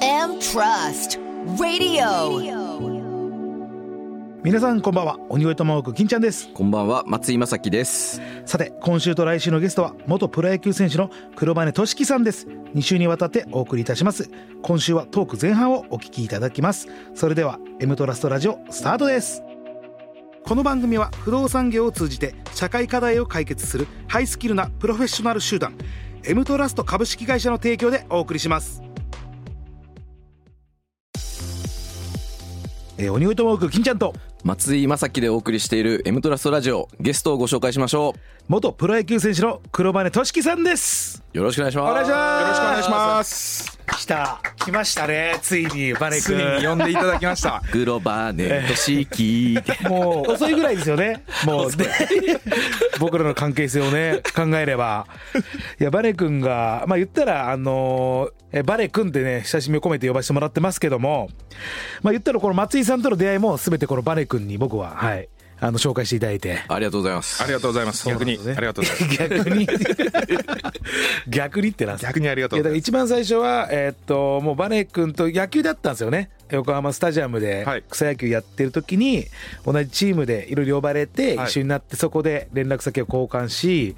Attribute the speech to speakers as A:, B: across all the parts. A: FM Trust Radio.
B: 皆さんこんばんは鬼越トマホーク金ちゃんです
C: こんばんは、松井正樹です。
B: さて今週と来週のゲストは元プロ野球選手の黒羽俊樹さんです2週にわたってお送りいたします今週はトーク前半をお聞きいただきますそれでは M トラストラジオスタートですこの番組は不動産業を通じて社会課題を解決するハイスキルなプロフェッショナル集団 M トラスト株式会社の提供でお送りしますえー、鬼越トマホーク金ちゃんと
C: 松井正樹でお送りしている M トラストラジオ、ゲストをご紹介しましょ
B: 元プロ野球選手の黒羽俊樹さんです
C: う。よろしくお願いします。
B: お願いします
D: よろしくお願いします。
B: 来た来ましたねついにバネ
D: ついに
B: 君
D: 呼んでいただきました。
C: グロバーネ、トシ キ。
B: もう遅いぐらいですよねもうで僕らの関係性をね考えればいやバネ君がまあ言ったらあのえバネ君ってね親しみを込めて呼ばせてもらってますけどもまあ言ったらこの松井さんとの出会いも全てこのバネ君に僕ははいあの紹介していただいて
C: ありがとうございます。
D: ありがとうございます。逆に、
B: そうなん
D: あり
B: で
D: がとうございます。
B: 逆 に逆にってなんですか
D: 逆にありがと
B: いうやだか
D: ござ
B: ら
D: いま
B: 一番最初は、えーっともうバネ君と野球だったんですよね横浜スタジアムで
D: はい
B: 草野球やってる時に同じチームでいろいろ呼ばれて
D: はい
B: 一緒になってそこで連絡先を交換し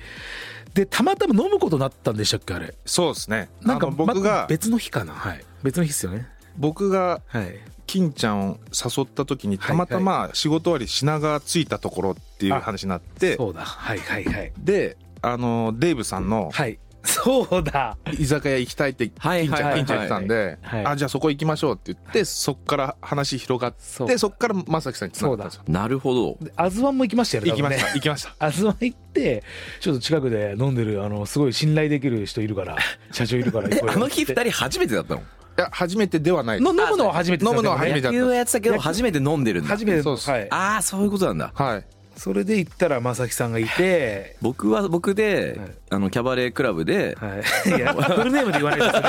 B: でたまたま飲むことになったんでしたっけあれ
D: す。そうですね。
B: なんか
D: あの僕
B: ま
D: が、
B: 別の日かなはい別の日っすよね
D: 僕が
B: はい
D: 金ちゃんを誘った時に
B: はい
D: たまたま仕事終わり品川着いたところっていう話になって、
B: そうだはいはい はい
D: で、あのデイブさんの
B: はいそうだ
D: 居酒屋行きたいって金ちゃん、
C: はいはいはい
D: 金ちゃん言ってたんで、
B: はい
D: あじゃあそこ行きましょうって言って、そっから話広がって
B: そう
D: そっから正樹さんに繋が ったんですよ。
C: なるほど。
B: でアズワンも行きましたよね
D: 行きまし
B: 多分
D: た
B: ね
D: 行きました。
B: あずま行ってちょっと近くで飲んでるあのすごい信頼できる人いるから社長いるからいっぱい
C: あの日二人初めてだったの
D: いや初めてではない
B: の飲むのは初めてですよ
D: 飲むのは初めてだ
C: 野球
D: った
C: はやってたけど、初めて飲んでるんだ。
B: 初めて
D: そうです
B: はい、
C: ああ、そういうことなんだ。
D: はい
B: それで行ったら正樹さんがいて
C: 僕は僕で
B: はい、
C: あの、キャバレークラブで、
B: はい、いやフルネームで言わないですね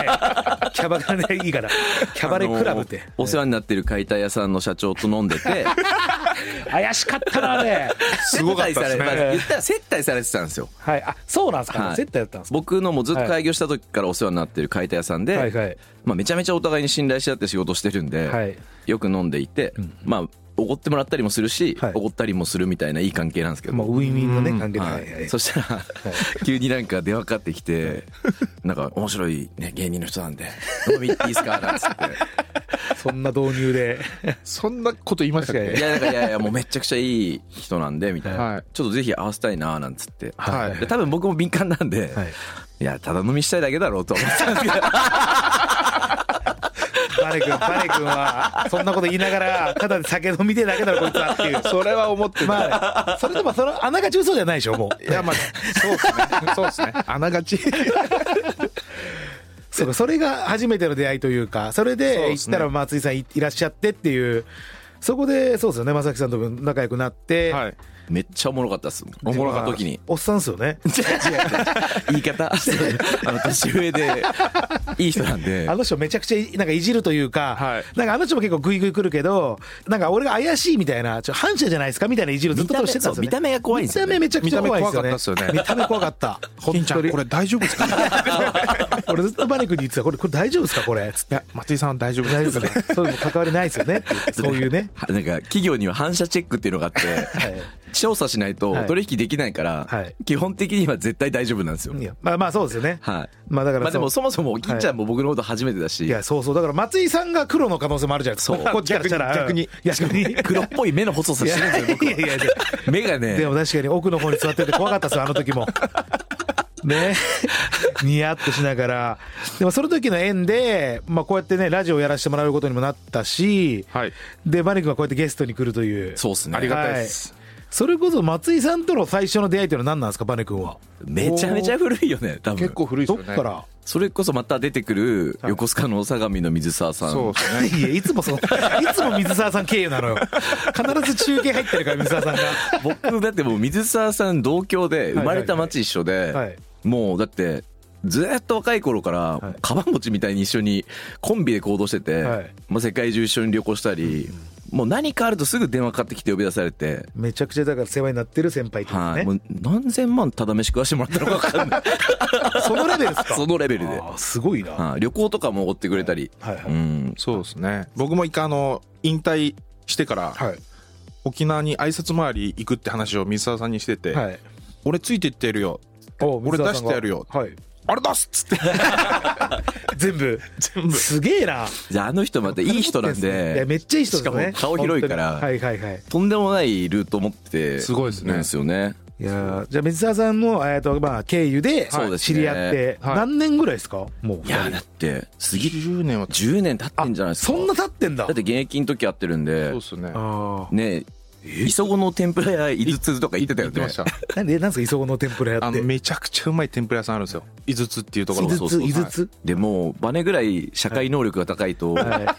B: キャバクラでいいからキャバレクラブって
C: あのお世話になってる解体屋さんの社長と飲んでて、
B: 怪しかったなあれ
D: すごかったで
C: 接待さ
D: す
C: れ
D: ね。
C: まあ言ったら接待されてたんですよ。
B: はいあそうなんですか、
C: はい
B: 接待だったんですか
C: 僕のもうずっと開業した時からお世話になってる解体屋さんで、
B: はいはい
C: まあ、めちゃめちゃお互いに信頼し合って仕事してるんで、
B: はい
C: よく飲んでいて、まあおごってもらったりもするし
B: はい
C: おご、ったりもするみたいないい関係なんですけど、
B: もうウィンウィンのね関係
C: は
B: ないい、はい
C: そしたら、急になんか電話かかってきて、なんか面白い、ね、芸人の人なんで飲み行っていいですかなんつっ
B: そんな導入で
D: そんなこと言いましたっ
B: 確
D: け
C: ていやなんかいやいやもうめちゃくちゃいい人なんでみたいな、
D: はい
C: ちょっとぜひ会わせたいななんつって、
D: はい
C: で多分僕も敏感なんで、
B: はい
C: い、やただ飲みしたいだけだろうと思ってたんですけど
B: バレ君バレ君はそんなこと言いながらただで酒飲みてえだけだろこいつはっていう
D: それは思ってま
B: まあそれでもその穴が重そうじゃないでしょもう
D: いやまあそうですねそうですねあながち
B: そうか、それが初めての出会いというか、それ
D: そう
B: で
D: で
B: 行
D: す
B: っ
D: ね
B: たら松井さんいいらっしゃってっていう、そこで、そうですよね、正木さんとも仲良くなって、
D: はい
C: めっちゃおもろかったっすおもろかった時 に
B: おっさんですよね。
C: 言い方 あの年上でいい人なんで
B: あの人めちゃくちゃなんかいじるというか、
D: はい
B: なんかあの人も結構グイグイ来るけど、なんか俺が怪しいみたいな、ちょ反社じゃないですかみたいないじるずっとしてたんですよ、ね
C: 見た目そう見た目が怖いんですよね
B: 見た目めちゃくちゃ怖いですよね。
D: 見
B: 見た目怖かった。
D: 金ちゃんこれ大丈夫ですかい
B: 俺ずっとバネ君に言ってた、これ、これ大丈夫ですかこれ。つって
D: や 松井さんは大丈夫
B: 大
D: で
B: 丈
D: す
B: 夫ですか そういうの関わりないですよねっていう。そういうね。
C: はなんか企業には反射チェックっていうのがあって、調査しないと
B: はい
C: 取引できないから、
B: はい
C: 基本的には絶対大丈夫なんですよ、
B: いやまあまあそうですよね。
C: はい
B: まあだから
C: まあでも
B: そ
C: そもそも銀ちゃんも僕のこと初めてだし、
B: ういやそうそうだから松井さんが黒の可能性もあるじゃないですか。
C: そう
B: こっちからしたら
D: 逆に
B: うん逆に
C: 黒っぽい目の細さ
B: い
C: してるん
B: や
C: ですよ
B: いやいやい
C: 僕目がね
B: やでも確かに奥の方に座ってて怖かったですよあの時も。ね、ニヤッとしながらでもその時の縁で、まあ、こうやってねラジオをやらせてもらうことにもなったし、
D: はい
B: でマリ君がこうやってゲストに来るという
C: そうっすね
D: ありがたいです
B: それこそ松井さんとの最初の出会いっていうのは何なんですかバネ君は
C: めちゃめちゃ古いよね多分
D: 結構古いで
B: ど
D: す
B: っ
D: よ
B: か
D: ね
B: ら
C: それこそまた出てくる横須賀の相模の水沢さん、
D: そうですね
B: いや、いつもその、いつも水沢さん経由なのよ。必ず中継入ってるから、水沢さんが。
C: 僕だってもう水沢さん同郷で生まれた町一緒で、
B: はい
C: もうだってずーっと若い頃から、
B: い
C: カバン持ちみたいに一緒にコンビで行動してて、
B: はい
C: まあ、世界中一緒に旅行したり、もう何かあるとすぐ電話かかってきて呼び出されて、
B: めちゃくちゃだから世話になってる先輩ってこと
C: はい、
B: ね、
C: もう何千万ただ飯食わしてもらったのか 分かんない
B: そのレベルですか
C: そのレベルで、
B: あーすごいな、
C: はい、旅行とかもおごってくれたり、
B: はいは
C: う
B: い、
C: ん
D: そうですね僕も一回あの引退してから
B: はい
D: 沖縄に挨拶回り行くって話を水沢さんにしてて、
B: はい
D: 俺ついてってやるよ
B: お
D: 俺
B: 水沢さんが
D: 出してやるよ
B: はい
D: あれ出すっつって
B: 全部
D: 全部
B: すげえな
C: じゃああの人またいい人なん
B: いや
C: で
B: めっちゃいい人ですね
C: しかも顔広いから
B: 本当にはいはいはい
C: とんでもないルートを持って
D: すごいですね
C: るんですよね
B: いやーじゃあ水沢さんのえーとまあ経由で
C: そうです
B: 知
C: ね
B: り合って、
D: はい
B: 何年ぐらいですかもう
C: いやだって次
D: 10年はち
C: 10年経ってんじゃないですか
B: そんな経ってんだ
C: だって現役の時会ってるん
D: そう
C: で
D: ですね
B: ああ
C: ね磯子の天ぷら屋井筒とか言ってたよ
D: 言って
C: ね
D: ました
B: 何でなんですか磯子の天ぷら屋
D: あ
B: って
D: のめちゃくちゃうまい天ぷら屋さんあるんですよ井筒っていうとこ
B: 井
D: ろ
C: そうそう
B: 筒
C: そう
B: 井筒
C: でもうバネぐらい社会能力が高いと、
B: は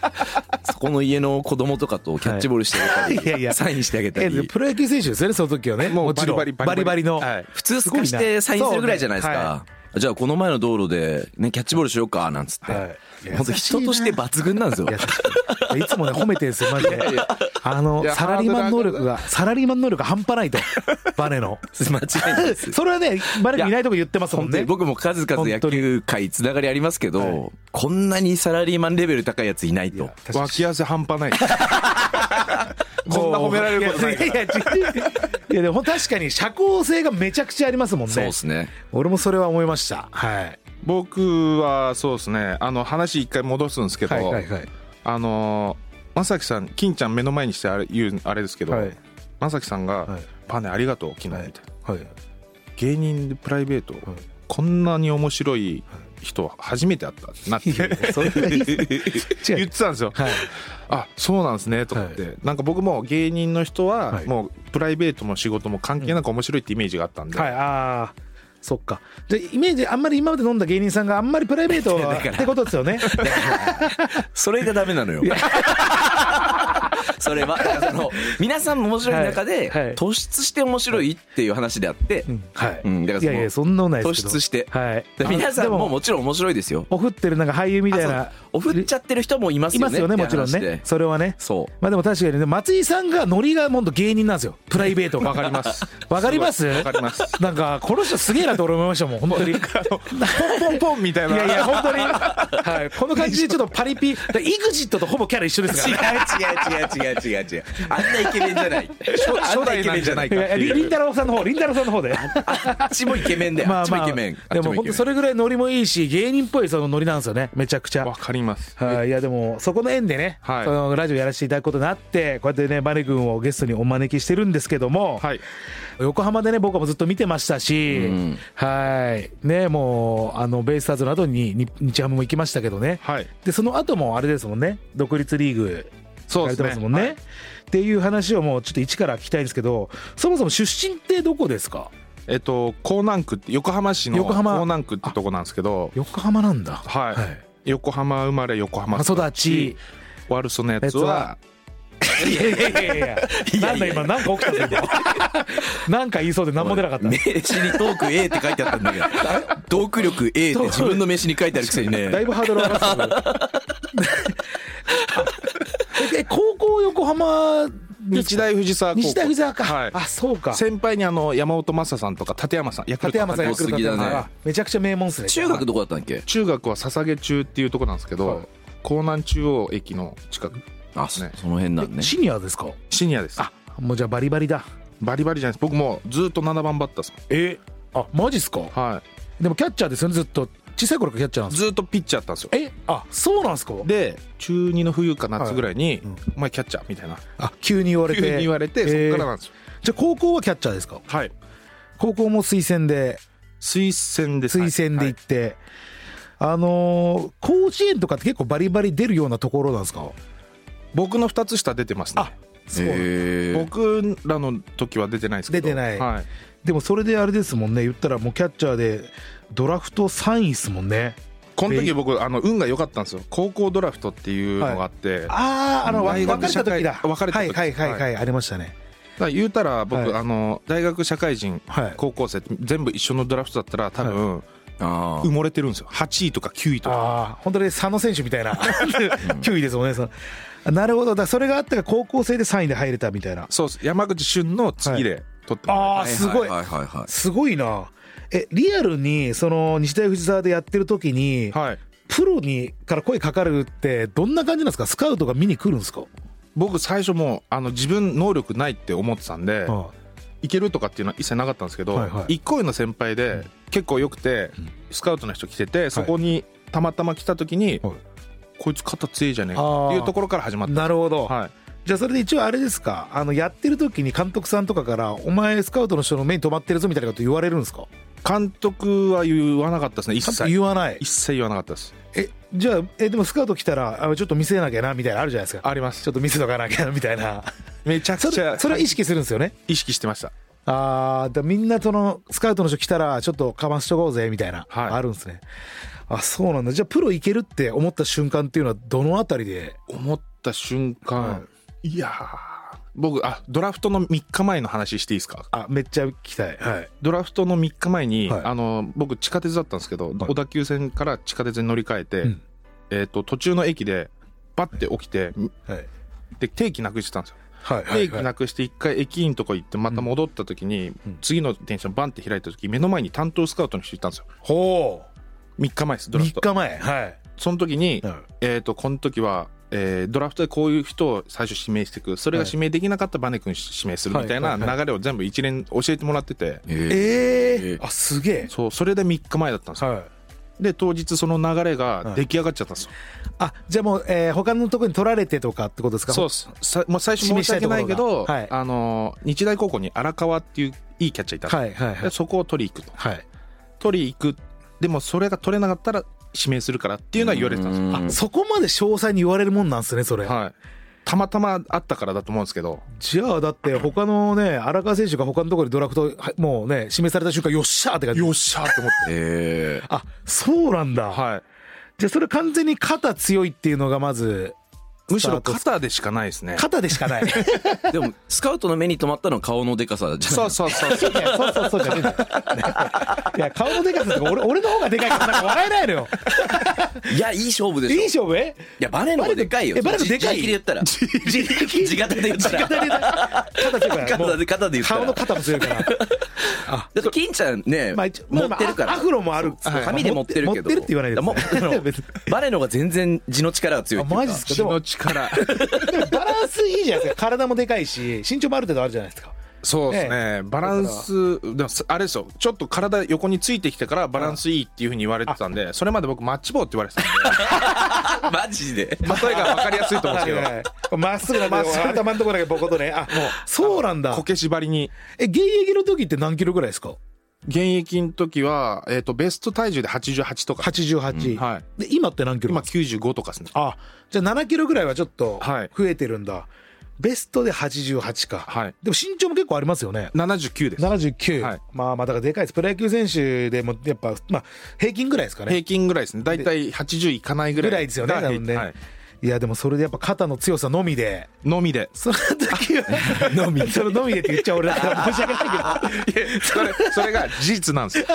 C: そこの家の子供とかとキャッチボールしてあげたり、
B: はいいやいや
C: サインしてあげ
B: い
C: た
B: え
C: り
B: プロ野球選手ですよねその時はね
D: もう
B: もちろん
D: バリバリ
B: バリバリの
D: はい
C: 普通すかし
B: すごいな
C: てサインするぐらいじゃないです
B: そうね
C: か。じゃあこの前の道路でねキャッチボールしようかなんつって、
B: はい
C: 本当人として抜群なんですよ
B: いや確かにいつもね褒めてるんですよマジであの
D: いや
B: サラリーマン能力がサラリーマン能力が半端ないとバネの
C: 間違いないで す
B: それはねバネ君いないとこ言ってますも
C: 本
B: ん
C: 当に
B: ね
C: 僕も数々野球界つながりありますけど、こんなにサラリーマンレベル高いやついないと
D: 脇汗半端ないこんな褒められることない
B: いやいやいや違ういやでも確かに社交性がめちゃくちゃありますもんね
C: そうですね
B: 俺もそれは思いましたはい
D: 僕はそうですねあの話一回戻すんですけど、
B: はいはいはい
D: あのーまさきさん金ちゃん目の前にしてあれ言うあれですけど、
B: はい
D: まさきさんが、
B: はい
D: パネありがとう昨日」みたいな、
B: はい
D: 芸人でプライベート、
B: い
D: こんなに面白い人初めて会ったってなって
B: いやいやそれはいい です違う
D: 言ってたんですよ、
B: はい
D: あそうなんですねと思って、なんか僕も芸人の人は
B: はい
D: もうプライベートも仕事も関係なく面白いってイメージがあったんで、
B: はい、ああ、そっか。じゃあイメージ、あんまり今まで飲んだ芸人さんがあんまりプライベートは
C: だから
B: ってことですよね。
C: それがダメなのよ それはだからその皆さんも面白い中で、
B: はいはい
C: 突出して面白いっていう話であって、
B: はい。
C: うんだ
B: い
C: からその
B: やいや、そんなことないですけど。
C: 突出して
B: はい。
C: で皆さんも
B: あで
C: もちろん面白いですよ
B: おふってるなんか俳優みたいな。
C: おふっちゃってる人もいます
B: い
C: よね
B: ますよね、もちろん
C: って話
B: ね
C: で。
B: それはね。
C: そう
B: まあでも確かにね、松井さんがノリがもんと芸人なんですよ。プライベートが。
D: わかります
B: わかります
D: わか ります
B: なんか、この人すげえなと俺思いましたもん、本当に。
D: ポンポンみたい
B: い
D: な
B: やい や、本当に。はい。この感じでちょっとパリピ、だから EXIT とほぼキャラ一緒ですからね。
C: 違う違う違う違う違う違うあんなイケメンじゃないあんなイケメンじゃない
B: いやいや、りりんたろーさんの方、りんたろーさんの方で。
C: あっちもイケメンだよ、あっちもイケメン
B: でも本当そ
C: れ
B: れぐらいノリもいいし芸人っぽいそのノリなんですよねめちゃくちゃ
D: わかります
B: はいいやでもそこの縁でね、
D: はい
B: そのラジオやらせていただくことになってこうやってねバネ君をゲストにお招きしてるんですけども、
D: はい
B: 横浜でね僕はもうずっと見てましたし、
C: ん
B: はいねもうあのベイスターズの後にに日ハムも行きましたけどね
D: はい
B: でその後もあれですもんね独立リーグ
D: そう
B: や
D: で
B: れて
D: す
B: ますも
D: ね
B: んね
D: はい
B: っていう話をもうちょっと一から聞きたいんですけどそもそも出身ってどこですか
D: えっと江南区って横浜市の
B: 横
D: 江
B: 浜
D: 南区ってとこなんですけど
B: 横浜なんだ
D: はい、
B: はい
D: 横浜生まれ横浜
B: まあ育ち
D: 悪そのやつは
B: はいやいやいやいや なんだ今、なんか起きたぞ、今。なんか言いそうで何も出なかった。
C: 名刺にトーク A って書いてあったんだけどトーク力 A って自分の名刺に書いてあるくせに
B: だ
C: ね
B: いぶハードル上がったけどえ、高校横浜です
D: 日
B: か
D: 大藤沢高校
B: 日大藤沢か、
D: はい
B: あ、そうか。
D: 先輩にあの山本昌さんとか立山さんヤク
B: 立
D: ルト
B: 山さん、ヤクルト
C: 高
B: 立
C: 杉だね
B: 山さんあめちゃくちゃ名門っすね。
C: 中学どこだったんだっけ
D: 中学は捧げ中っていうとこなんですけど、
B: はい
D: 江南中央駅の近く
C: あそその辺なんね
B: シニアですか
D: シニアですあ
B: もうじゃあバリバリだ。
D: バリバリじゃないです僕もうずっと7番バッター
B: え
D: です
B: あ、マジっすか
D: もんはい
B: でもキャッチャーですよね、ずっと。小さい頃からキャッチャーなんですか
D: ずっとピッチャーだったんですよ
B: え、あ、そうなんですか
D: で中2の冬か夏ぐらいに、
B: うん
D: お前キャッチャーみたいな
B: あ、急に言われて。
D: 急に言われて、そっからなんですよ
B: えーじゃあ高校はキャッチャーですか
D: はい
B: 高校も推薦で
D: 推薦です
B: 推薦で
D: はい
B: 行って、あのー甲子園とかって結構バリバリ出るようなところなんですか
D: 僕の2つ下出てますね
B: そう
C: へー
D: 僕らの時は出てないですけど
B: 出てない
D: はい、
B: でもそれであれですもんね言ったらもうキャッチャーでドラフト3位ですもんね
D: この時僕あの運が良かったんですよ高校ドラフトっていうのがあって、
B: あああのわ
D: 大学
B: 別れた時だ
D: 社会別れた時
B: はいはいはいはい、
D: は
B: ありましたね
D: だから言うたら僕、
B: はい
D: あの大学社会人、
B: はい
D: 高校生全部一緒のドラフトだったら多分、
C: あ
D: 埋もれてるんですよ8位とか9位とか
B: ああ、本当に佐野選手みたいな9位ですもんね。そのあなるほど、だからそれがあったから高校生で3位で入れたみたいな。
D: そうです山口俊の次で取ってもらいました
B: ああ、す
C: あ
B: ごい
C: は。いはいはい
B: すごいな。え、リアルに、その、日大藤沢でやってる時に、
D: はい、
B: プロにから声かかるって、どんな感じなんですかスカウトが見に来るんですか、
D: 僕最初もうあの自分能力ないって思ってたんで、
B: あ
D: いけるとかっていうのは一切なかったんですけど、
B: はいはい
D: 一個上の先輩で結構良くて、スカウトの人来ててそこにたまたま来た時に、
B: はい
D: こいつ肩強いじゃねえかっていうところから始ま
B: あ
D: った
B: なるほど。
D: はい、
B: じゃあそれで一応あれですかあのやってる時に監督さんとかから「お前スカウトの人の目に留まってるぞ」みたいなこと言われるんですか
D: 監督は言わなかったですね一
B: ちゃんと
D: 切
B: 言わない
D: 一切言わなかったです
B: えじゃあえでもスカウト来たらあちょっと見せなきゃなみたいなのあるじゃないですか
D: ありま
B: ちょ
D: す
B: っと見せとかなきゃなみたい な
D: めちゃく
B: そ
D: ち
B: れ
D: ゃ
B: それは意識するんですよね
D: 意識してました
B: ああだみんなそのスカウトの人来たらちょっとかましとこうぜみたいな、
D: はい
B: あるんですねあそうなんだじゃあプロいけるって思った瞬間っていうのはどのあたりで
D: 思った瞬間、いやー僕あドラフトの3日前の話していいですか
B: あめっちゃ聞きたいはい
D: ドラフトの3日前に、
B: はい
D: あの僕地下鉄だったんですけど、小田急線から地下鉄に乗り換えて、
B: うん
D: えっと途中の駅でバッて起きて
B: はい
D: で定期なくしてたんですよ、
B: はいはい
D: 定
B: は
D: 期
B: い
D: なくして1回駅員のとこ行ってまた戻った時に、
B: うん
D: 次の電車バンって開いた時目の前に担当スカウトの人いたんですよ
B: ほ
D: 3日前です
B: う
D: ドラフ
B: 3
D: ト
B: 日前はい
D: その時に、
B: うん
D: えっとこの時は、えードラフトでこういう人を最初指名していくそれが指名できなかったらバネ君指名するみたいな
B: はいはいはい
D: 流れを全部一連教えてもらってて
C: え
B: ええ
C: え
B: あすげえ
D: そうそれで3日前だったんですよ
B: はい
D: で当日その流れが出来上がっちゃったんですよ、
B: あじゃあもう、えー、他のところに取られてとかってことですか
D: そうっすさもう最初申し訳ないけ
B: 示
D: ど
B: したいところがは
D: あのー日大高校に荒川っていういいキャッチャーいたんですよ、
B: はいはいは
D: で
B: い
D: そこを取り行くと
B: はい
D: 取り行くでもそれが取れなかったら指名するからっていうのは言われてたんですよ、
B: あそこまで詳細に言われるもんなんですねそれ、
D: はい、たまたまあったからだと思うんですけど
B: じゃあだって他のね荒川選手が他のところでドラフトはもうね示された瞬間よっしゃーって感じ
D: っしゃーって思っ
C: え
B: あそうなんだ、
D: て、は
B: じゃあそれ完全に肩強いっていうのがまず
D: い、むしろ肩でしかないですね
B: 肩でしかない
C: えでもスカウトの目に留まったのは顔のでかさじゃない
D: そうそうそ うそう
B: いやそうそうそうじゃねえんだよいや顔のでかさとか俺俺の方がでかいからなんか笑えないのよ
C: いやいい勝負で
B: い
C: しょ
B: い勝負え
C: いや、バネの方がでかいよ。
B: えバネのでかい
C: 自自力で言ったら。自力自型で言ったら。
B: 肩強いからもう
C: 肩で、肩で言った
B: 顔の
C: ら。
B: 肩も強いから
C: だって、金ちゃんね、
B: まあ
C: 持
B: 一応まあまあ
C: ってるから。
B: アフロもある
C: そう
B: はい
C: 髪で持ってるけ
B: 持
C: ど。
B: ってるって言わないでください
C: だからもうあのバネの方が全然地の力が強いっていうか。
B: あマジっすか
D: 血の力
B: でもバランスいいじゃないですか体もでかいし身長もある程度あるじゃないですか
D: そうですね、バランスでもあれですよちょっと体横についてきてからバランスいいっていうふうに言われてたんでそれまで僕マッチ棒って言われてたんで
C: マジで。
D: 例えが分かりやすい と思うんですけど
B: まっすぐなまっすぐ頭のところだけボコッとねあもうそうなんだ
D: こけ縛りに
B: え現役の時って何キロぐらいですか
D: 現役の時は、えー、とベスト体重で88とか、
B: 88、
D: はい、
B: で今って何キロ
D: 今95とかですね
B: あじゃあ7キロぐらいはちょっと
D: はい
B: 増えてるんだ、ベストで88か、
D: はい
B: でも身長も結構ありますよね
D: 79です
B: 79、
D: はい
B: まあまあだからでかいですプロ野球選手でもやっぱ、まあ、平均ぐらいですかね
D: 平均ぐらいですね大体80いかないぐらい
B: ぐらいですよね
D: が
B: 多分ね、
D: はい
B: い、やでもそれでやっぱ肩の強さのみで
D: のみで
B: その時は のみそののみでって言っちゃ俺だから申し訳ないけど
D: それそれが事実なんです よ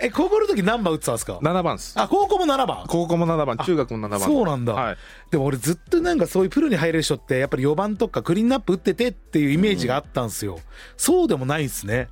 B: え高校の時何番打ってたんですか
D: 7番です
B: あ高校も7番
D: 高校も7番中学も7番
B: そうなんだ、
D: はい、
B: でも俺ずっとなんかそういうプロに入れる人ってやっぱり4番とかクリーンナップ打っててっていうイメージがあったんですよ、そうでもないんですね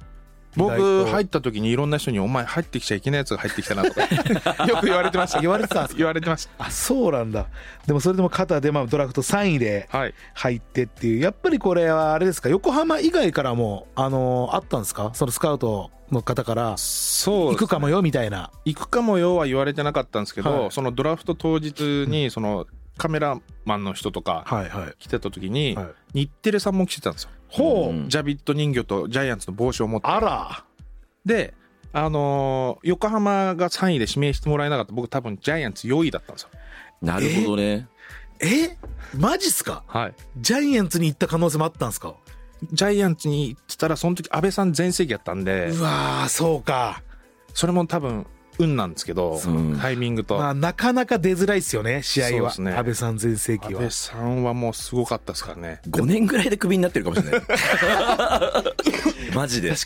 B: 意外
D: 僕
B: と
D: 入った時にいろんな人に「お前入ってきちゃいけないやつが入ってきたな」と かよく言われてました
B: 言われて たんですか
D: 言われてまし
B: あそうなんだでもそれでも肩でまあドラフト3位で
D: たはい
B: 入ってっていうやっぱりこれはあれですか横浜以外からもあのあったんですかそのスカウトの方から
D: そう
B: 行
D: 行く
B: くかもよみたいな
D: かもよは言われてなかったんですけど、
B: はい
D: そのドラフト当日にそのカメラマンの人とか
B: はいはい
D: 来てた時に、
B: はい
D: 日テレさんも来てたんですよ
B: ほう、
C: うん
D: ジャビット人形とジャイアンツの帽子を持って
B: あら
D: であのー横浜が3位で指名してもらえなかった僕多分ジャイアンツ4位だったんですよ
C: なるほど ね。
B: えマジっすか
D: はい
B: ジャイアンツに行った可能性もあったんですか
D: ジャイアンツに行ってたらその時安倍さん全盛期やったんで
B: うわーそうか
D: それも多分運なんですけど
C: うん
D: タイミングと、
B: まあ、なかなか出づらいですよね、試合は。
D: そうですね
B: 安倍さん全盛期
D: 安
B: は
D: 倍。さんはもうすごかったですからね
C: 5年ぐらいでクビになってるかもし れないマジで
B: だ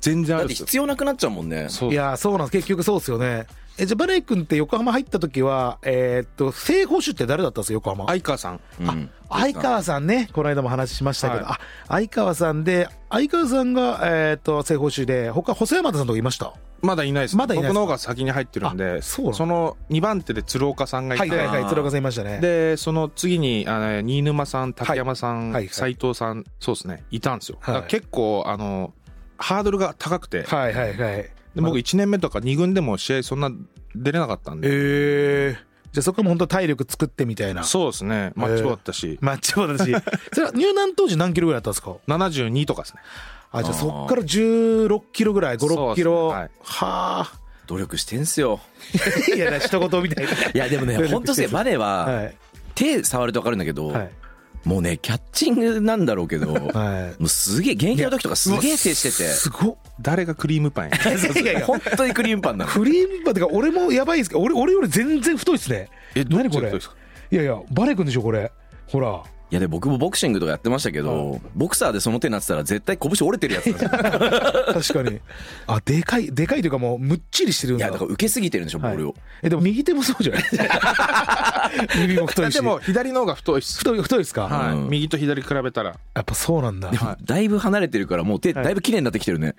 D: 全然あ
C: だっ
D: るんで
C: て
D: すよ
C: 必要なくなっちゃうもんね
D: そう
B: いやー、そうなんです。結局そうですよね。え、じゃあ、バレイ君って横浜入った時は、えーっと、正捕手って誰だったんですか、横浜。
D: 相川さん
C: うん
B: 相川さんね、この間も話しましたけど、
D: は
B: あ、相川さんで、相川さんが、えーっと、正捕手で、他、細山田さんとかいました
D: まだいないです
B: まだいないです
D: 僕の方が先に入ってるん
B: あ
D: で
B: そうなんだ
D: の2番手で鶴岡さんがいて、
B: はいはいはい、
C: あー
B: 鶴岡さんいましたね。
D: でその次にあの新沼さん竹山さん
B: い
D: 斎、
B: はいはい
D: 藤さんそうですねいたんですよ、
B: はい
D: だから結構あのハードルが高くて、
B: はいはいはい。
D: で僕1年目とか2軍でも試合そんな出れなかったんで、
B: えー、じゃあそこも本当体力作ってみたいな。
D: そうですねマッチボールだったし、
B: マッチボールだし。 それは入団当時何キロぐらいだったんですか
D: 72とかですね
B: あ、じゃあ
C: あー
B: そっから16キロぐらい、5、
D: そう
B: 6
D: です
B: キ
D: ね
B: ロ。
D: はい
B: はあ。
C: 努力してんすよ
B: いや、一言みたいな。
C: いやで もね本当っすよバレーは
B: はい。
C: 手触ると分かるんだけど、
B: はい。
C: もうねキャッチングなんだろうけど、も
B: は
C: うすげえ現役の時とかすげえ精してて
B: すごっ。
D: 誰がクリームパ ンや
B: いやいや
C: 本当にクリームパンなの
B: クリームパンってか、俺もやばいですけど、俺、俺より全然太いですね。
D: えどっちが
B: これ
D: 太いですか
B: いやいや、バレくんでしょ、これ。ほら。
C: いやで僕もボクシングとかやってましたけどボクサーでその手になってたら絶対拳折れてるやつなんですよ
B: 確かに。あ、でかい、でかいというかもう、むっちりしてるん
C: い
B: だ。
C: やだから受けすぎてるんでしょボ
B: は
C: ー
B: い
C: ルを、
B: え、でも右手もそうじゃない耳も太いし。
D: でも左の方が太いっす、
B: 太い、太いですか、
D: はい
C: うん
D: 右と左比べたら
B: やっぱそうなんだ。
D: は
C: だいぶ離れてるからもう手だいぶ綺麗になってきてるね、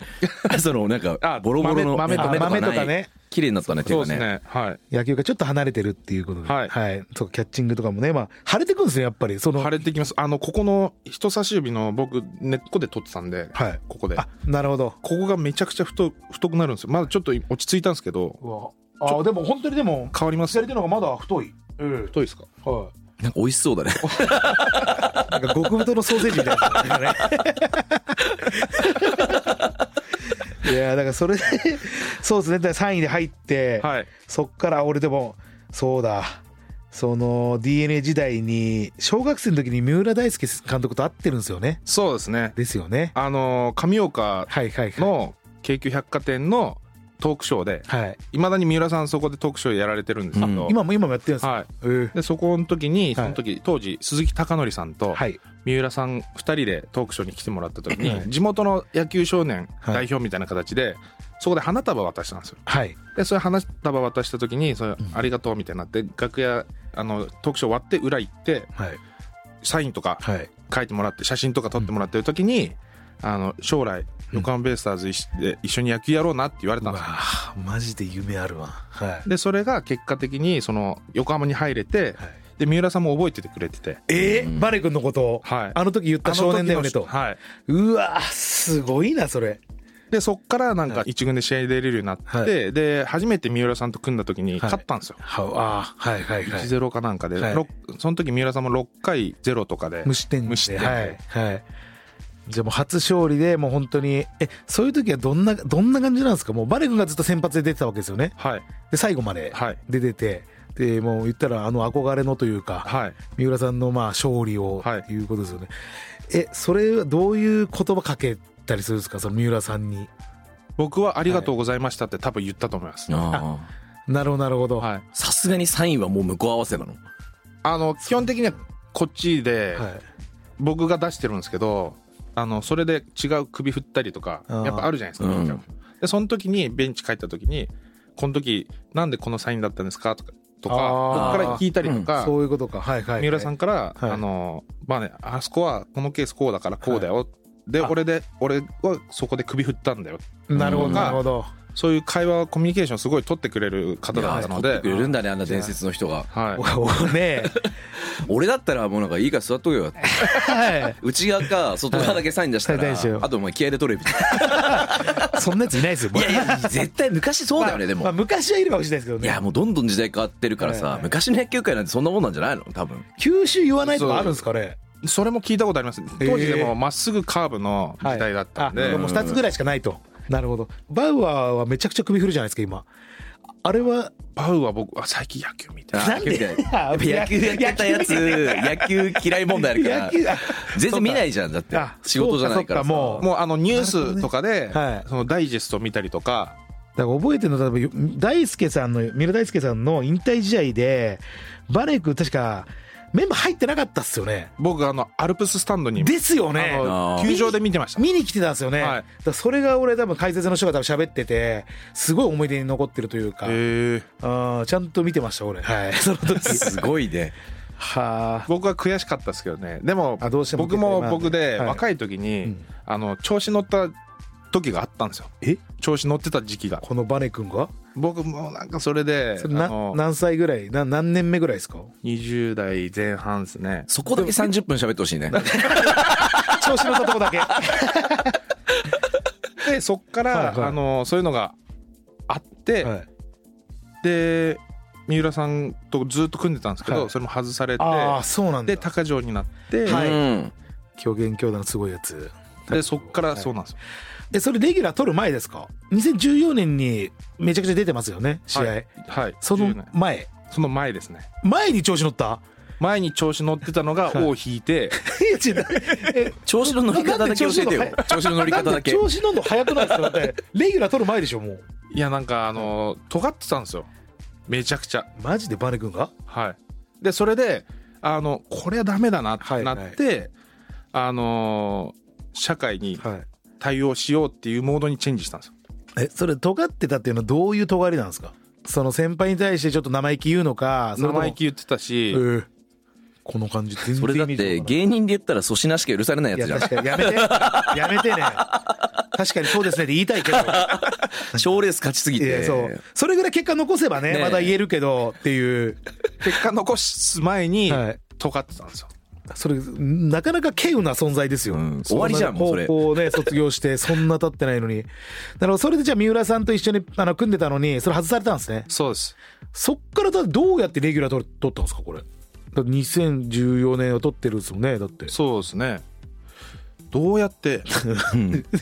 C: そのなんか
D: あ
C: ボロボロの
D: 豆
B: 豆
C: ない
B: 豆とかね
C: 綺麗になったね手
D: そう
C: が
D: です
C: ね
D: ねはい
B: 野球がちょっと離れてるっていうことで。
D: はい
B: そう、キャッチングとかもね、まあ、腫れてくんですね、やっぱり。その。
D: 腫れてきますあのここの人差し指の僕根っこで取ってたんで、
B: はい
D: ここで
B: あ、なるほど。
D: ここがめちゃくちゃ太太くなるんですよまだちょっと落ち着いたんですけど
B: あ、でも本当にでも、
D: 変わります
B: 手の方がまだ太い。うん。
D: 太いですか
B: は
C: なんか美味しそうだね
B: い。なんか極太のソーセージみたいな、ね。 いやーだからそれでそうですねだから3位で入って、
D: はい
B: そっから俺でもそうだその d n a 時代に小学生の時に三浦大輔監督と会ってるんですよね
D: そうですね
B: ですよね
D: あの上岡
B: はいはいはい
D: の京急百貨店のトークショーで
B: はい
D: いまだに三浦さんそこでトークショーやられてるんですけど、
B: 今も今もやってるんですか、
D: はい
B: えー
D: でそこの時にその時、当時鈴木貴則さんと
B: はい
D: 三浦さん2人でトークショーに来てもらった時
B: はい
D: に地元の野球少年
B: はい
D: 代表みたいな形でそこで花束渡したんですよ
B: はい
D: でそれ花束渡した時にそれありがとうみたいになって楽屋あのトークショー終わって裏行って
B: はい
D: サインとか
B: はい
D: 書いてもらって写真とか撮ってもらってる時に、あの将来横浜ベイスターズ一緒で一緒に野球やろうなって言われ
B: う
D: たん
B: わ
D: ですよ
B: あマジで夢あるわはい
D: でそれが結果的にその横浜に入れて、
B: はい
D: で三浦さんも覚えててくれてて、
B: えー、バレ君のことを、
D: はい
B: あの時言った少年だよねと、
D: あの時のはい、
B: うわすごいなそれ
D: でそっからなんか一軍で試合に出れるようになって、
B: は
D: で初めて三浦さんと組んだ時に勝ったんですよ、
B: はあはいはいはい
D: 1-0かなんかで、
B: はい
D: ろくその時三浦さんも6回0とかで
B: 無失点で
D: 無失点で
B: はい、はい、じゃあもう初勝利でもう本当にえそういう時はどんなどんな感じなんですかもうバレ君がずっと先発で出てたわけですよね
D: はい
B: で最後まで
D: はい
B: 出てて、でもう言ったらあの憧れのというか、
D: はい
B: 三浦さんのまあ勝利を
D: はい
B: いうことですよね、えそれはどういう言葉かけたりするんですかその三浦さんに
D: 僕はありがとうございましたって多分言ったと思います、
C: あ
B: なるほどなるほど、
D: はい、
C: ーさすがにサインはもう向こう合わせなの
D: あの基本的にはこっちで、
B: はい
D: 僕が出してるんですけどあのそれで違う首振ったりとか
B: あー
D: やっぱあるじゃないですか、
C: うん
D: みんなでその時にベンチ帰った時に「この時なんでこのサインだったんですか?」とかとか
B: あー
D: 僕から聞いたりとか、
B: そういうことかはいはいはい
D: 三浦さんから、
B: はい
D: あのまあねあそこはこのケースこうだからこうだよ、で
B: あ
D: 俺で俺はそこで首振ったんだよ
B: なるほど
C: うん
B: なるほど
D: そういう会話コミュニケーションすごい取ってくれる方だったの
C: 取って
D: で
C: くれるんだねあんな伝説の人が
D: はい、
B: おね
C: 俺だったらもうなんかいいから座っとけよ
B: はい
C: 内側か外側だけサイン出し た
B: はい
C: ら
B: 大丈夫
C: あとお前気合で取れみたい
B: そんなやついないですよ
C: ないやいや絶対昔そうだよねでも
B: まあ、昔はいるかもしれないですけど
C: い
B: ね
C: やもうどんどん時代変わってるから
B: はいは
C: さ
B: い
C: 昔の野球界なんてそんなもんなんじゃないの多分
B: 九州言わないとかあるんですかね
D: それも聞いたことあります当時で
B: えー
D: もまっすぐカーブの時代だったんで、
B: はいあもう2つぐらいしかないとなるほどバウアーはめちゃくちゃ首振るじゃないですか今あれは
D: バウは僕は最近野球見てない
B: なんで
C: 野球みたいやっぱ野球やってたやつ野球嫌い問題あるから
B: 野球あ
C: 全然見ないじゃんだって仕事じゃないから
B: そ
C: さ
B: っかそっかもう
D: もうあのニュースとかで、
B: はい
D: そのダイジェスト見たりとか
B: だから覚えてるのは例えば大輔さんの三浦大輔さんの引退試合でバレー君確かメンバー入ってなかったっすよね
D: 僕あのアルプススタンドに
B: ですよね
D: あの
C: あー
D: 球場で見てました
B: 見に来てたんですよね、
D: はい
B: だからそれが俺多分解説の人が多分喋っててすごい思い出に残ってるというか、
D: へー
B: あーちゃんと見てました俺はい その時
C: すごいね。
B: は
D: 僕は悔しかったですけどねでも
B: あどうしても
D: 僕も僕で
B: はい
D: 若い時に、
B: うん
D: あの調子乗った時があったんですよ
B: え
D: 調子乗ってた時期が
B: このバネ君が
D: 僕もなんかそれで
B: それ
D: あ
B: な
D: の
B: 何歳ぐらいな何年目ぐらいですか
D: 20代前半ですね
C: そこだけ30分喋ってほしいね。
B: 調子乗ったと こだけ
D: でそっから、
B: はいはい
D: あのそういうのがあって、
B: はい
D: で三浦さんとずっと組んでたんですけど、
B: はい
D: それも外されて
B: ああそうなんだ
D: で鷹城になって、
B: はいう
C: い。
B: 狂言教団のすごいやつ
D: でそっからそううなんですよ、
B: えそれレギュラー取る前ですか2014年にめちゃくちゃ出てますよね試合、
D: はいはい、
B: そ
D: 10
B: の
D: 年
B: 前
D: その前ですね
B: 前に調子乗った
D: 前に調子乗ってたのが尾を引 いて、
B: いや違うえ
C: 調子の乗り方だけ教えて
B: な
C: よ
B: んで。
C: 調子の乗り方
B: な
C: だ
B: んで
C: け。
B: 調子乗るの早くないですかだってレギュラー取る前でしょもう
D: いやなんかあの尖ってたんですよめちゃくちゃ
B: マジでバネ君が
D: はいでそれであのこれはダメだなっ
B: は
D: て
B: い
D: なって、あの社会に
B: はい
D: 対応しようっていうモードにチェンジしたんですよ
B: えそれ尖ってたっていうのはどういう尖りなんですかその先輩に対してちょっと生意気言うのかそれとも
D: 生意気言ってた
B: え
D: し、
B: えこの感じ全然
C: それだっ
B: イメージ
C: て
B: わからない
C: 芸人で言ったら粗品しか許されないやつ
B: い
C: じ
B: や
C: ゃ
B: 確かにやめてやめてね確かにそうですねって言いたいけど
C: ん。賞レース勝ちすぎ
B: いや
C: て。
B: そうそれぐらい結果残せばね
C: ねえ
B: まだ言えるけどっていう
D: 結果残す前に
B: はい
D: 尖ってたんですよ、
B: それなかなか稀有な存在ですよ、
C: うん終わりじゃんもうそれ
B: 高校を ね卒業してそんな経ってないのにだからそれでじゃあ三浦さんと一緒にあの組んでたのにそれ外されたんですね
D: そうです
B: そっからだどうやってレギュラー取る取ったんですかこれだって2014年を取ってるんですもんねだ って
D: そうですねどうやって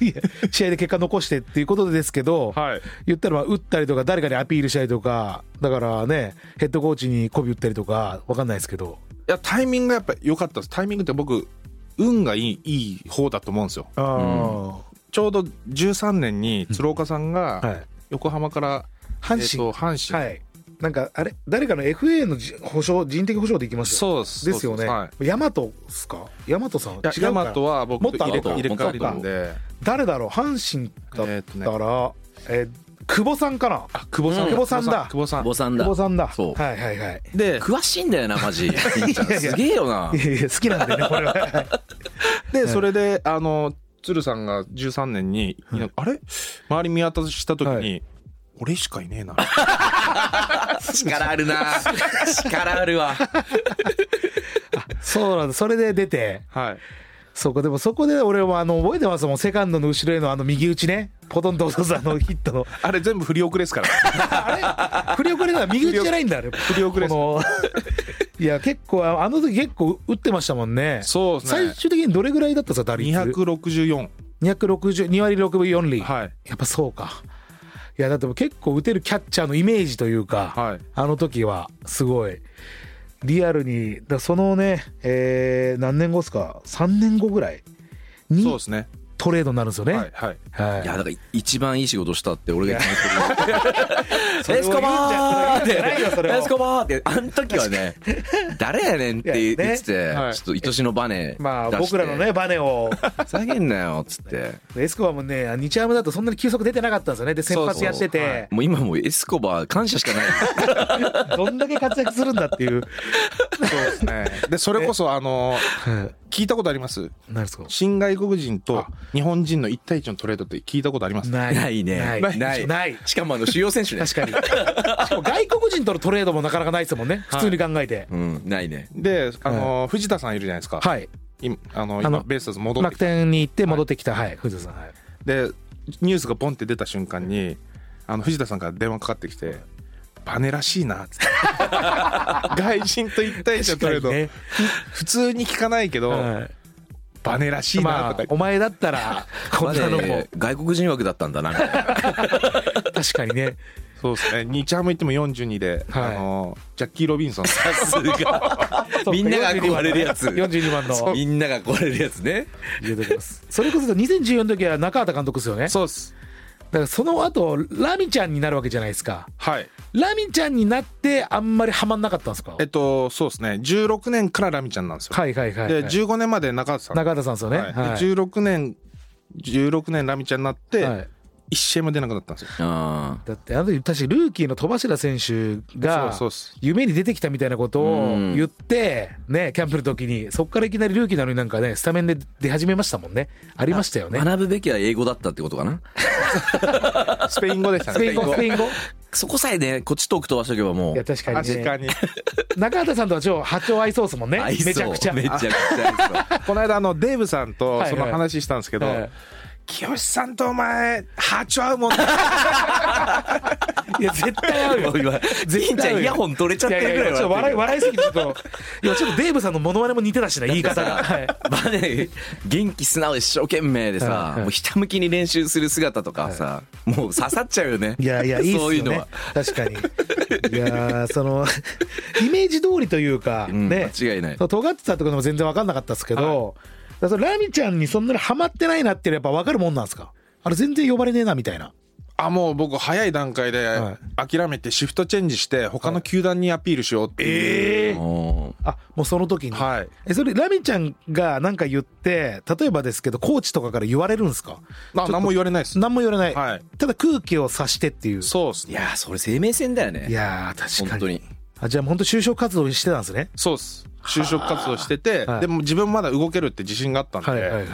B: いや試合で結果残してっていうことですけど、
D: はい
B: 言ったらまあ打ったりとか誰かにアピールしたりとかだからねヘッドコーチに媚び打ったりとかわかんないですけど
D: いやタイミングがやっぱ良かったですタイミングって僕運がいいいい方だと思うんですよ
B: あー、
D: ちょうど13年に鶴岡さん
B: は
D: が
B: い
D: 横浜から
B: 阪
D: えー
B: 神、
D: と阪神、
B: はいなんかあれ誰かの FA のじ保証人的保証でいきますよ
D: そうです
B: ですよね
D: はい
B: 大和ですか大和さん違う
D: いや
B: か
D: ヤマトは僕
B: もっと
D: 入れ
B: 後
D: 入れ替わりなんで
B: 誰だろう阪神だっ
D: えーとね
B: たら、えー久保さんかな
D: あ久保さ
B: う
D: ん
B: ん久保さんだ
D: 久保さん
C: ボさ
B: 久
C: んだ
B: 保。さんだ
C: そう
B: はいはいはい
D: で
C: 詳しいんだよな、マジ。金ちゃん
B: いやいや
C: すげえよな。
B: いやいや好きなんでねこれは
D: でそれであの鶴さんが13年にいなあれ周り見渡した時
B: は
D: に俺しかいねえな
C: 力あるな。力あるわ。
B: そうなんだそれで出て
D: はい
B: そこでもそこで俺もあの覚えてますもんセカンドの後ろへのあの右打ちねポトンと落とすあのヒットの
D: あれ全部振り遅れですから
B: あれ振り遅れだ右打ちじゃないんだあれ振
D: り遅れ
B: のいや結構ああの時結構打ってましたもんね
D: そうですね
B: 最終的にどれぐらいだったんですか打率
D: 264
B: 262割6分4厘、
D: はい
B: やっぱそうかいやだってもう結構打てるキャッチャーのイメージというか、
D: はい
B: あの時はすごいリアルにだからそのね、えー何年後ですか3年後ぐらいに
D: そうですね
B: トレードになるんですよね、
D: はいはい
B: はい
C: いや、だから一番いい仕事したって俺が言って
B: そ
C: る。
B: れ
C: エ
B: を
C: スコバー
B: 言う
C: っ
B: んじゃないよそれ
C: て。
B: を
C: エスコバーって。あの時はね、誰やねんって言って
B: い
C: て、
D: ねはい
C: ちょっと愛しのバネ出して。
B: まあ僕らのね。バネを
C: ふざけんなよ、っつって。
B: エスコバもね日ハムだとそんなに球速出てなかったんですよねで先発やって
D: そうそう
B: て
C: もう今もうエスコバー感謝しかない。
B: どんだけ活躍するんだっていう
D: そうですねでそれこそあの
B: はい
D: 聞いたことあります
B: なんですか
D: 新外国人と日本人の1対1のトレードって聞いたことあります
B: ない
C: ないね。
B: ない
C: ない。
B: ない
C: しかもあの主要選手ね。
B: 確かにしかも外国人とのトレードもなかなかないですもんね普通に考えて
C: うん、ないね。
D: であの、藤田さんいるじゃないですか、
B: はい
D: 今あの
B: あ
D: 今
B: の
D: ベイスターズ戻って
B: 楽
D: きて
B: 天に行って戻ってきたはい藤田さんはい
D: でニュースがボンって出た瞬間にあの藤田さんから電話かかってきて「バネらしいな」っつって 外人と一対一のトレード、
B: 確か
D: 普通に聞かないけど、
B: は
D: バネらし
B: い
D: い
B: ま
D: なと
B: あ
D: か言って、
B: お前だ ったらこ
C: ま
B: んなのも
C: だ外国人枠だったんだな、みたいな。
B: 確かにね
D: そうですね日ハム行っても42で、
B: はい
D: あのジャッキー・ロビンソン
C: さすが。みんなが憧れるやつ。
B: 42番の
C: みんなが憧れるやつね。
B: 入れておきますそれこそ2014の時は中畑監督ですよね
D: そうっす
B: からその後ラミちゃんになるわけじゃないですか
D: はい
B: ラミちゃんになってあんまりハマんなかったんですか
D: えっとそうですね16年からラミちゃんなんですよ、
B: はいはいはい、はい、
D: で15年まで中畑さん
B: 中田さんですよね、
D: はいで
B: はい
D: 16年16年ラミちゃんになって、
B: はい
D: 一試合も出なくなったんですよ
C: あ
B: だってあの時確かルーキーの戸柱選手が
D: そうそうそ
B: 夢に出てきたみたいなことを
C: うん
B: 言って、ね、キャンプの時にそこからいきなりルーキーなのになんかねスタメンで出始めましたもんねありましたよね
C: 学ぶべきは英語だったってことかな
D: スペイン語でした
B: スペイン
D: ね
B: 語スペイン語
C: そこさえねこっちと送っ飛ばしとけば
B: い
C: も
B: や
C: う
B: 確かに
D: 確か
B: ね
D: に
B: 中畑さんとは超波長合いそうですもんね
C: 合いそう
B: めちゃくちゃ
C: めちゃくちゃ合いそう
D: この間あのデーブさんと
B: はい
D: その話したんですけど
B: はい
D: 「清さんとお前波長合うもんね
B: いや絶対 合うよ
C: 今全員ちゃんイヤホン取れちゃっ
B: い
C: て
B: や
C: る
B: いや
C: ぐらい
B: いやちょっと笑
C: 笑っ
B: い笑いすぎてちょっといやちょっとデーブさんのモノマネも似てたしな言い方が、はい、
C: てるよまあね元気素直で一生懸命で
B: はい
C: さ
B: はい
C: もうひたむきに練習する姿とかさもう刺さっちゃうよね
B: いやいやいいっすよ
C: そう
B: ね
C: いうのは
B: 確かにいやーその イメージ通りというか、
C: うん
B: ね
C: 間違いない
B: そう尖ってたとかでも全然分かんなかったですけど、だからそのラミちゃんにそんなにハマってないなっていうのはやっぱ分かるもんなんですかあれ全然呼ばれねえなみたいな」
D: あもう僕早い段階で
B: は
D: 諦めてシフトチェンジして他の球団にアピールしようっていう、
C: おー
B: あもうその時に、
D: はい
B: えそれラミちゃんが何か言って例えばですけどコーチとかから言われるんですか
D: な何も言われないです
B: 何も言われない、
D: はい
B: ただ空気を察してっていう
D: そうです
C: い
D: ね
C: やそれ生命線だよ
B: い
C: ね
B: やー確かに
C: 本当に
B: あじゃあ本当就職活動してたんですね
D: そうっす就職活動してて、
B: はい
D: でも自分まだ動けるって自信があったんで、
B: はいはいはい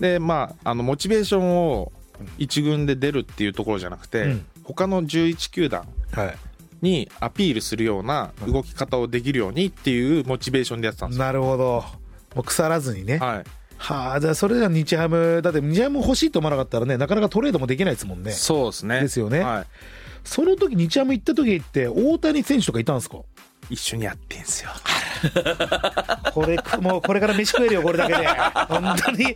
D: でまああのモチベーションを一軍で出るっていうところじゃなくて、
B: うん
D: 他の11球団
B: はい
D: にアピールするような動き方をできるようにっていうモチベーションでやってたんですよ、
B: なるほどもう腐らずにねは
D: はい
B: あじゃあそれじゃ日ハムだって日ハム欲しいと思わなかったらねなかなかトレードもできないですもんね
D: そうですね
B: ですよね
D: はい、
B: その時日ハム行った時って大谷選手とかいたんですか
D: 一緒にやってんすよ
B: これもうこれから飯食えるよこれだけで本当にね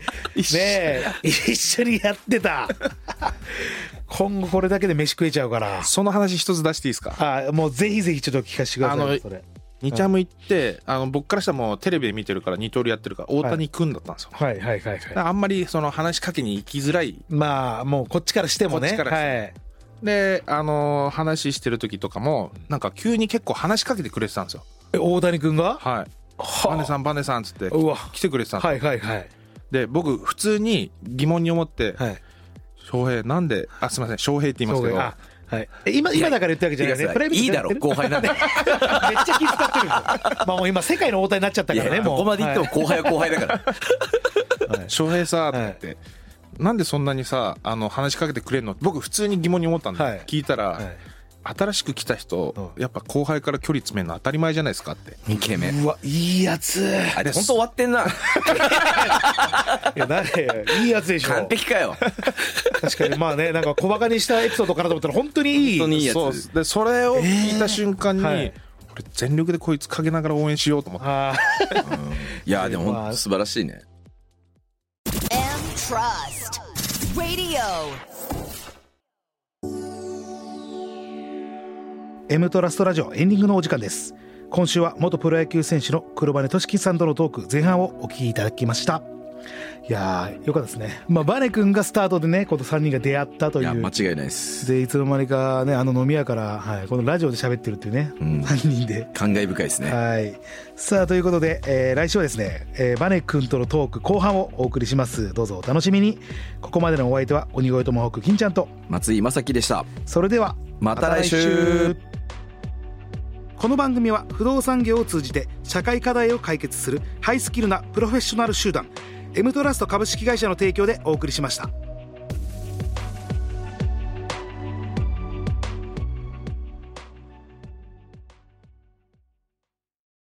B: え一緒にやってた今後これだけで飯食えちゃうから
D: その話一つ出していいですか
B: あもうぜひぜひちょっと聞かせてください
D: あの
B: それ
D: 日ハム行ってあの僕からしたらもうテレビで見てるから二刀流やってるから大谷君だったんですよ、
B: はいはいはいはい
D: だからあんまりその話しかけに行きづらい
B: まあもうこっちからしてもね
D: こっちからしても
B: はい
D: であの話してる時とかもなんか急に結構話しかけてくれてたんですよ
B: え大谷君が
D: はい
B: はあ
D: バネさんバネさんっつって
B: うわ
D: 来てくれてたんですよ
B: いはいはい
D: で僕普通に疑問に思って
B: はい
D: 「翔平なんであすいません翔平って言いますけど
B: あはいえ今今だから言ったわけじゃないよねプライベート
C: いい
B: で
C: だ
B: やっ
C: ろ
B: てる
C: 後輩なんだよ
B: めっちゃ気遣ってるんですよまあもう今世界の大谷になっちゃった
C: い
B: からね
C: や
B: もう
C: どこまで行っても後輩は後輩だから
D: 「翔平さ」って言って、なんでそんなにさあの話しかけてくれんの?」僕普通に疑問に思ったんで、
B: はい
D: 聞いたら、
B: はい
D: 新しく来た人、
B: う
D: やっぱ後輩から距離詰めるの当たり前じゃないですか」って
C: 2期目
B: うわいいや つい
C: あれ本当終わってんな
B: やないいやつでしょ
C: 完璧かよ
B: 確かにまあねなんか小バカにしたエピソードかなと思ったら本当にいい
C: 本当にいいやつ
D: そうでそれを聞いた瞬間に、
B: えーはい
D: 俺全力でこいつかけながら応援しようと思って
B: あー
C: い やでも本当素晴らしいね
A: M Trust Radio.
B: M トラストラジオエンディングのお時間です今週は元プロ野球選手の黒羽俊樹さんとのトーク前半をお聞きいただきましたいやーよかったですねまあバネ君がスタートでねこの3人が出会ったとい
C: いや間
B: う
C: 違いないです
B: でいつの間にかねあの飲み屋から、はい、このラジオで喋ってるっていうね、
C: うん
B: 3人で
C: 感慨深いですね
B: はい。さあ、ということで、えー来週はですね、えーバネ君とのトーク後半をお送りします。どうぞお楽しみに。ここまでのお相手は、鬼越トマホーク、金ちゃんと。
C: 松井正樹でした
B: それでは、
C: また来週
B: この番組は不動産業を通じて社会課題を解決するハイスキルなプロフェッショナル集団 M トラスト株式会社の提供でお送りしました。